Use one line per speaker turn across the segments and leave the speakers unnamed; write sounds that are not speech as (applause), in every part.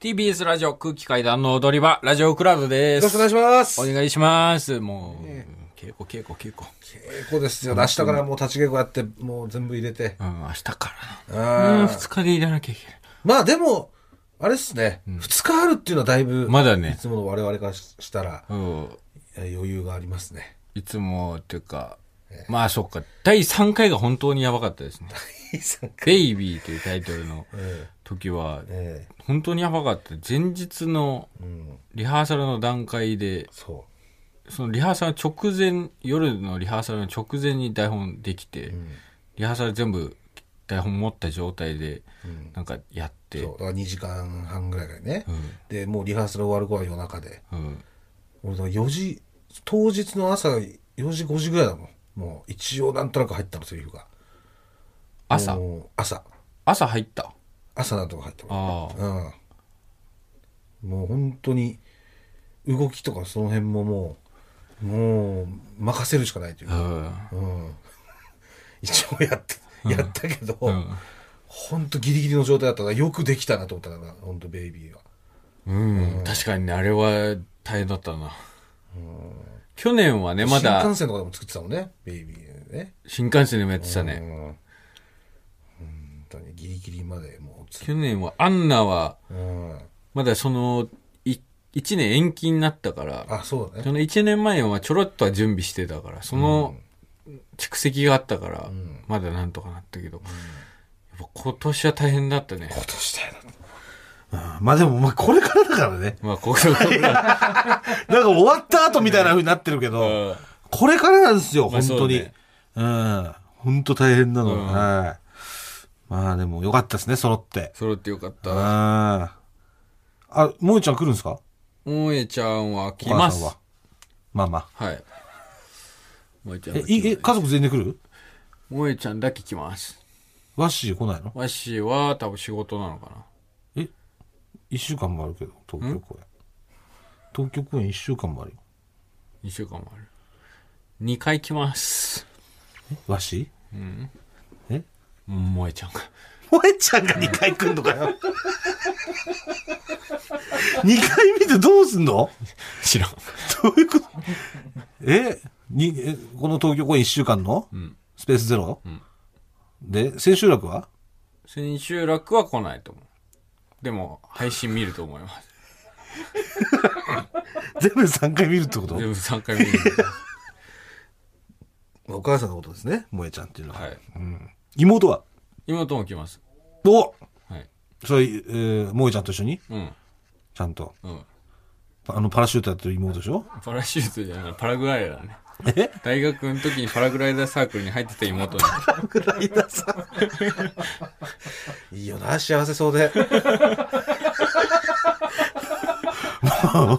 TBS ラジオ空気階段の踊り場、ラジオクラウドで
よろし
す。
くお願いします。
お願いします。もう、稽古稽古稽古。
稽古ですよ。明日からもう立ち稽古やって、もう全部入れて。
うん、明日からな。うん、
あー
二日でいらなきゃいけない。
まあでも、あれっすね。二日あるっていうのはだいぶ、
まだね
いつもの我々からししたら、
うん、
え余裕があります (laughs) ね。
いつも、っていうか、まあそっか、第3回が本当にやばかったですね。ベイビーというタイトルの時は、
ええ
本当にやばかった。前日の
うん、
リハーサルの段階で、
そ
そのリハーサル直前、夜のリハーサルの直前に台本できて、
う。うん。
リハーサル全部台本持った状態で、
うん
なんかやって、
そう。だから2時間半ぐらいからね。
うん
で、もうリハーサル終わる頃は夜中で。
うん、
俺だから4時、当日の朝4時5時ぐらいだもん。もう一応なんとなく入ったの、セリフが。
朝
もう朝。
朝入った
朝なんとか入ったの。
ああ
うん、もう本当に動きとかその辺ももうもう任せるしかないという
う
か、
ん
うん、一応やったやったけど、
うん
本当ギリギリの状態だったからよくできたなと思ったから本当ベイビーは
うん確かにねあれは大変だったな去年はねま
新
だ
幹線とかでも作ってたもんねベイビーね
新幹線でもやってた
う
ね
ん本当にギリギリまでもうつ、
去年はアンナは
うん、
まだそのい1年延期になったから
あそうだ
そ
ね
の1年前はちょろっとは準備してたからその蓄積があったから、
ん
まだなんとかなったけど、やっぱ今年は大変だったね
今年だよなうんまあでもまあこれからだからね
まあこういうことだ
なんか終わった後みたいな風になってるけど、
うん
これからなんですよ、
まあ
本当に。うん。本当大変なの。
うん
はい。まあでも良かったですね、揃って。
揃ってよかっ
うん。
た
あ、もえちゃん来るんですか
萌えちゃんは
お
来ま
母さん
す
は。まあまあ。
はい。萌えちゃん
え
が、
いえ
来ま
家族全員で来る
す。萌えちゃんだけ来ます。
ワッシー来ないの
わしは多分仕事なのかな。
え一週間もあるけど、東京公演。東京公演一週間もあるよ。
2週間もある。2回来ます。
ワッシーえ
萌えちゃんが。
萌えちゃんが2回来んのか (laughs) よ。2回見てどうすんの
知らん。
(laughs) どういうことえにえこの東京公演1週間の、
ん
スペースゼロ、で、千秋楽は (laughs)
千秋楽は来ないと思う。でも、配信見ると思います。
全部3回見るってこと
全部3回見る。
お母さんのことですね、萌えちゃんっていうのは。
はい。
妹は
妹も来ます。
お
はい。
それ、えー萌えちゃんと一緒に
うん。
ちゃんと。
うん。
あの、パラシュートやってる妹でしょ (laughs)
パラシュートじゃない、パラグライダーだね。
え
大学の時にパラグライダーサークルに入ってた妹に。
ぐらいださ。 (laughs) いいよな、幸せそうで。もう、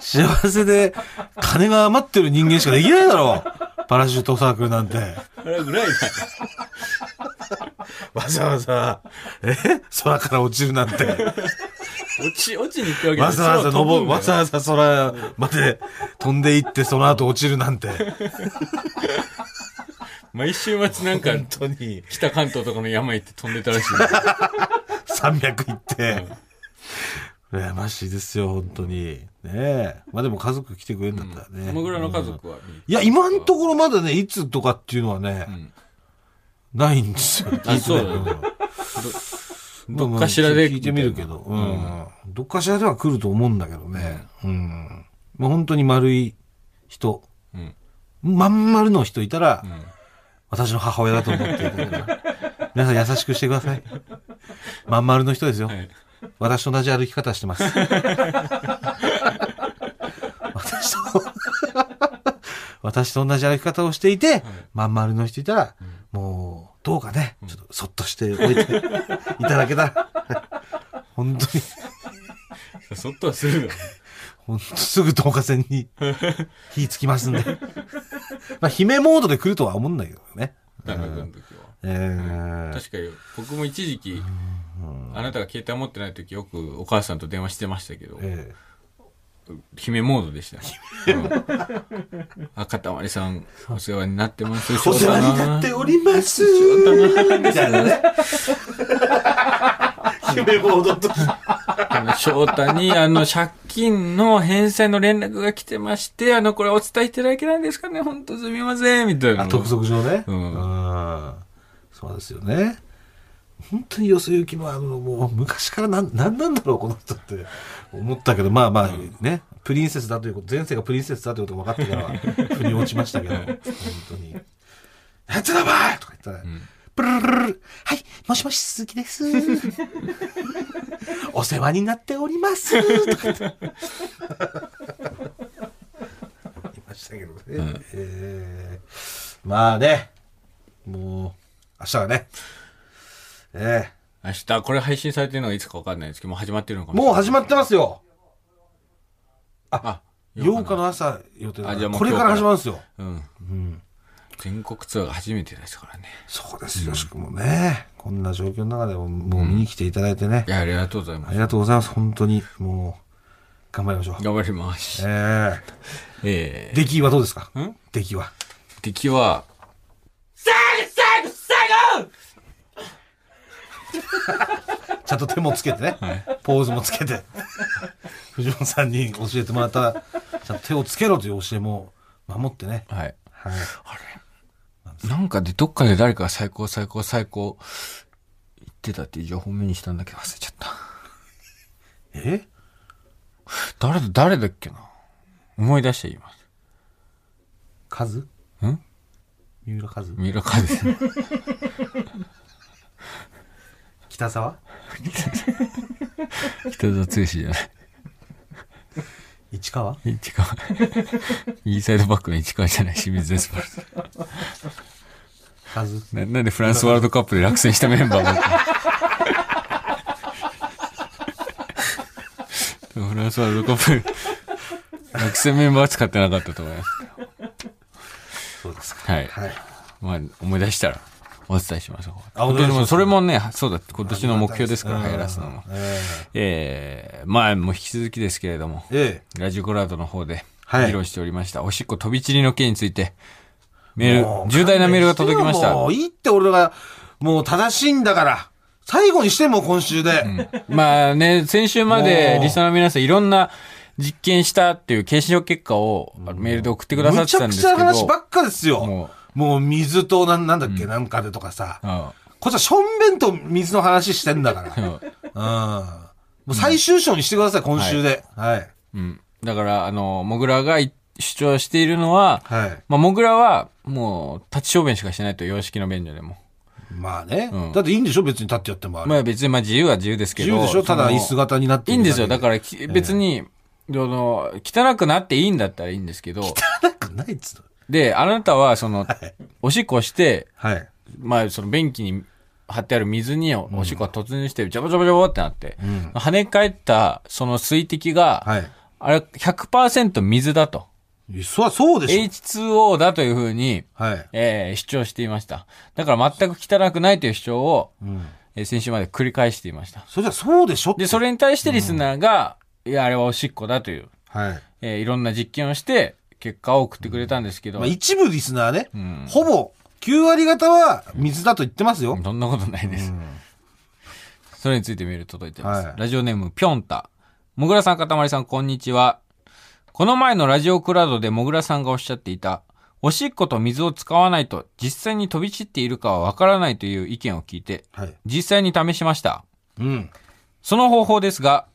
幸せで、金が余ってる人間しかできないだろう。パラシュートサークルなんて。
パラグライダー
わざわざ、え空から落ちるなんて。
落ち、落ちに行くわけ
わざわざ
空飛ぶ
登
んだ
る、
よ
わざわざ空まで飛んでいって、その後落ちるなんて。
毎週末なんか、
本当に、
北関東とかの山行って飛んでたらしい。
山脈行って。羨ましいですよ、本当に。ねえ。まあでも家族来てくれるんだったらね。
このぐらいの家族は。
いや、今のところまだね、いつとかっていうのはね、
ん
ないんですよ。
あそうだね
ど
どっかしらで
聞いてみるけど、うん。どっかしらでは来ると思うんだけどね。うん。まあ本当に丸い人、
うん。
まん丸の人いたら、私の母親だと思っていただければ皆さん優しくしてください。まん丸の人ですよ。
はい。
私と同じ歩き方して (laughs) ます。私と、 (laughs) 私と同じ歩き方をしていて、まん丸の人いたら、もう、どうかね、ちょっとそっとしておいていただけたら、 (laughs) 本当に、
そっとはするよ。
本当すぐ導火線に (laughs) 火つきますんで。まあ、姫モードで来るとは思うんだけどね。
大学の時は。
えー
確かに、僕も一時期、あなたが携帯持ってない時よくお母さんと電話してましたけど、
え
姫モードでした。うんあ、かたまりさん、お世話になってます。
ーお世話になっております。みたいなね。 (laughs) 夢ボードとして。
あの、翔太に、あの、借金の返済の連絡が来てまして、あの、これお伝えいただけないですかね本当すみません、みたいな。
あ、督促状ね。
う
うん。そうですよね。本当によそ行きも、あの、もう昔からなん、なんなんだろう、この人って思ったけど、まあまあね、プリンセスだということ、前世がプリンセスだということが分かってからは、腑に落ちましたけど、本当に。なんつうのお前とか言ったら、プルルルルルはい、もしもし、鈴木です。お世話になっております。とか言って。ありましたけどね。えーまあね、もう、明日はね、ええ
明日、これ配信されてるのがいつかわかんないですけど、もう始まってるのかもしれ
も
な
う
い。
始まってますよ。
あ、
8日の朝予定だ
あじゃあもう
これから始まるんですよ。
うん。全国ツアーが初めてですからね。
そうですよ、しくもね。こんな状況の中でも、もう見に来ていただいてね
い。や、ありがとうございま
あ
す。
りがとうございます、本当に。もう、頑張りましょう。
頑張りま
え
す。
え
ええ
出来はどうですか
ん
出来は。
敵は、
ちゃんと手もつけ
(laughs)
てね。ポーズもつけて。 (laughs) 藤本さんに教えてもらった、ちゃんと手をつけろという教えも守ってね。
はい。
はい。
なんかで、どっかで誰かが最高、最高、最高、言ってたっていう情報を目にしたんだけど忘れちゃった。
え
誰だ、誰だっけな思い出して言います。
カズ
ん
三浦カズ
三浦和 (laughs) 也。
北沢
北澤剛じゃない。
市川
市川。右サイドバックの市川じゃない、清水エスパルス。
カズ
ななんでフランスワールドカップで落選したメンバーだったの (laughs) フランスワールドカップ、落選メンバーは使ってなかったと思います。
そうですか。
はい。
はい。
まあ、思い出したらお伝えします。
あお
本
願い
当に
します
もうそれもね、そうだ、今年の目標ですから、流行らすのも
うん。え
ええまあ、もう引き続きですけれども、
ええ
ラジコラードの方で、
はい
議論しておりました、おしっこ飛び散りの件について、メ
え
ール、重大なメールが届きました。
もういいって俺が、もう正しいんだから。最後にしてもう今週で。
まあね、先週までリスナーの皆さんいろんな実験したっていう検証結果をあのメールで送ってくださっ
む
て
ち
た
ゃ
ん
く
です
ち
けど。
ゃな話ばっかですよ。も
も
う水となんなんだっけ、なんかでとかさ。
うあ
こっちはしょんべんと水の話してんだか
あ
ら。
そう
うん。もう最終章にしてください、今週で。はい。
うん。だから、あの、モグラがい主張しているのは、
はい。
まあ、モグラはもう立ち小便しかしないと、様式の便所でも。
まあね
うん。
だっていいんでしょ別に立ってやってもあれ
まあ別に、まあ自由は自由ですけ
自
ど。
由でしょただ
その
椅子型になって。
いいんですよ。だかららき、別に、あの、汚くなっていいんだったらいいんですけど、
汚く (laughs) ないっつうの。
で、あなたは、その、おしっこして、
はい。
まあ、その便器に貼ってある水におおしっこが突入して、ジャバジャバジャバってなって、跳ね返った、その水滴が、
はい。
あれ、100%水だと。
いっそはそうでしょ。
H2O だというふうに、
はい。
えー主張していました。だから全く汚くないという主張を、
うん。
えー先週まで繰り返していました。
それじゃそうでしょ
で、それに対してリスナーが、いや、あれはおしっこだという、
はい。
えーいろんな実験をして、結果を送ってくれたんですけど、
まあ一部リスナーね
ん、
ほぼ9割方は水だと言ってますよ。
そんなことないです。それについてメール届いてます。
はい
ラジオネーム、ぴょんた。もぐらさん、かたまりさん、こんにちは。この前のラジオクラウドでもぐらさんがおっしゃっていた、おしっこと水を使わないと実際に飛び散っているかはわからないという意見を聞いて、
はい。
実際に試しました。
うん。
その方法ですが、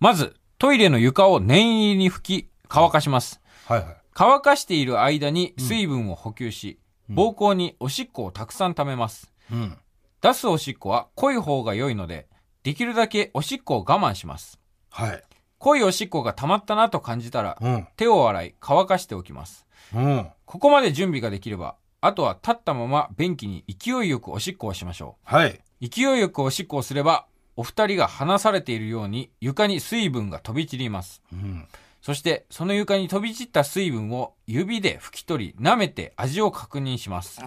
まず、トイレの床を念入りに拭き、乾かします。
はいはい。
乾かしている間に水分を補給し、膀胱におしっこをたくさん溜めます。
うん。
出すおしっこは濃い方が良いので、できるだけおしっこを我慢します。
はい。
濃いおしっこが溜まったなと感じたら、
うん。
手を洗い、乾かしておきます。
うん。
ここまで準備ができれば、あとは立ったまま便器に勢いよくおしっこをしましょ
はい。
う。勢いよくおしっこをすれば、お二人が離されているように床に水分が飛び散ります。
うん。
そして、その床に飛び散った水分を指で拭き取り、舐めて味を確認します。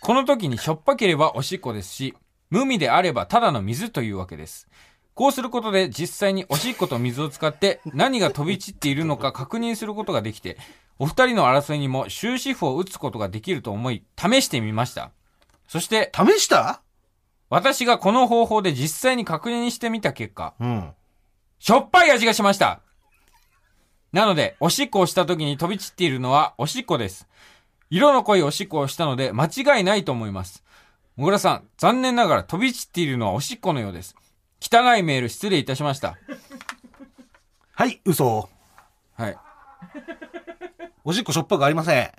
この時にしょっぱければおしっこですし、無味であればただの水というわけです。こうすることで実際におしっこと水を使って何が飛び散っているのか確認することができて、お二人の争いにも終止符を打つことができると思い、試してみました。そして、
試した
私がこの方法で実際に確認してみた結果、
うん。
しょっぱい味がしました。なので、おしっこをした時に飛び散っているのはおしっこです。色の濃いおしっこをしたので間違いないと思います。もぐらさん、残念ながら飛び散っているのはおしっこのようです。汚いメール失礼いたしました。
はい、嘘。
はい。
おしっこしょっぱくありません。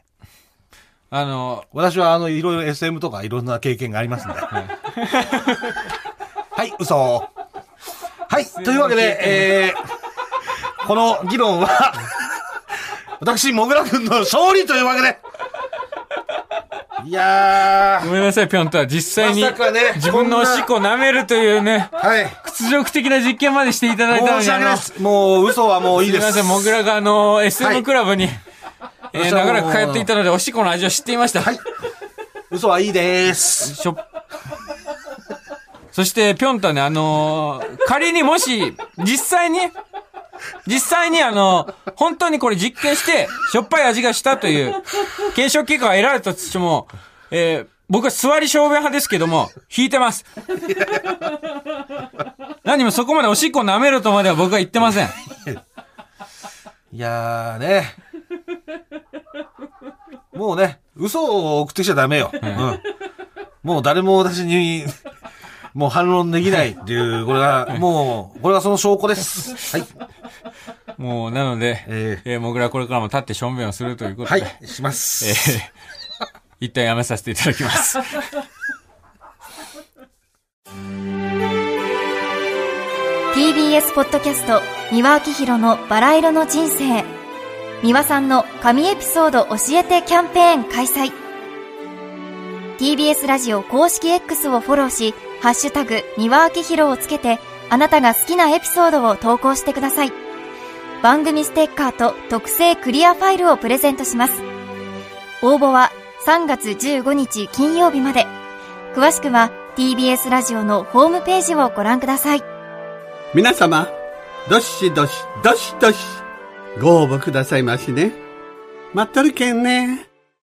あの、
私は、あの、いろいろ SM とかいろんな経験があり
(laughs)
ますんで。はい、嘘。はい、というわけで、えー、この議論
(laughs)
は、私、もぐらくんの勝利というわけで、いや
ごめんなさい、ぴょんた。実
ー、
際に、
まさかね、
自分のおしっこを舐めるというね、
こんな。はい。
屈辱的な実験までしていただいたの
申
に、
し訳ない
あの、
です。もう、嘘はもういい
す
で
み
す。
ません、もぐらがあの、SM クラブに、えー
私はも
長
う
らく通っていたので、おしっこの味を知っていました。
はい。嘘はいいです。
しょ、そして、ぴょんたね、あのー仮にもし、実際に、実際にあの本当にこれ実験して、しょっぱい味がしたという、検証結果が得られたとしても、えー僕は座り証明派ですけども、引いてます。何もそこまでおしっこ舐めるとまでは僕は言ってません。
いやーね。もうね、嘘を送ってきちゃダメよ。うん。もう誰も私に、もう反論できないっていう、これが、もう、これがその証拠です。はい。
もう、なので、
え
えー、もぐらこれからも立ってしょんべんをするということ
は
で、
い、しま
え
す。
ー一旦やめさせていただきます。
TBS ポッドキャスト三輪明宏のバラ色の人生三輪さんの神エピソード教えてキャンペーン開催 TBS ラジオ公式 X をフォローし「ハッシュタグ三輪明宏」をつけてあなたが好きなエピソードを投稿してください番組ステッカーと特製クリアファイルをプレゼントします応募は3月15日金曜日まで詳しくは TBS ラジオのホームページをご覧ください
皆様、どしどし、どしどし、ご応募くださいましね。待っとるけんね。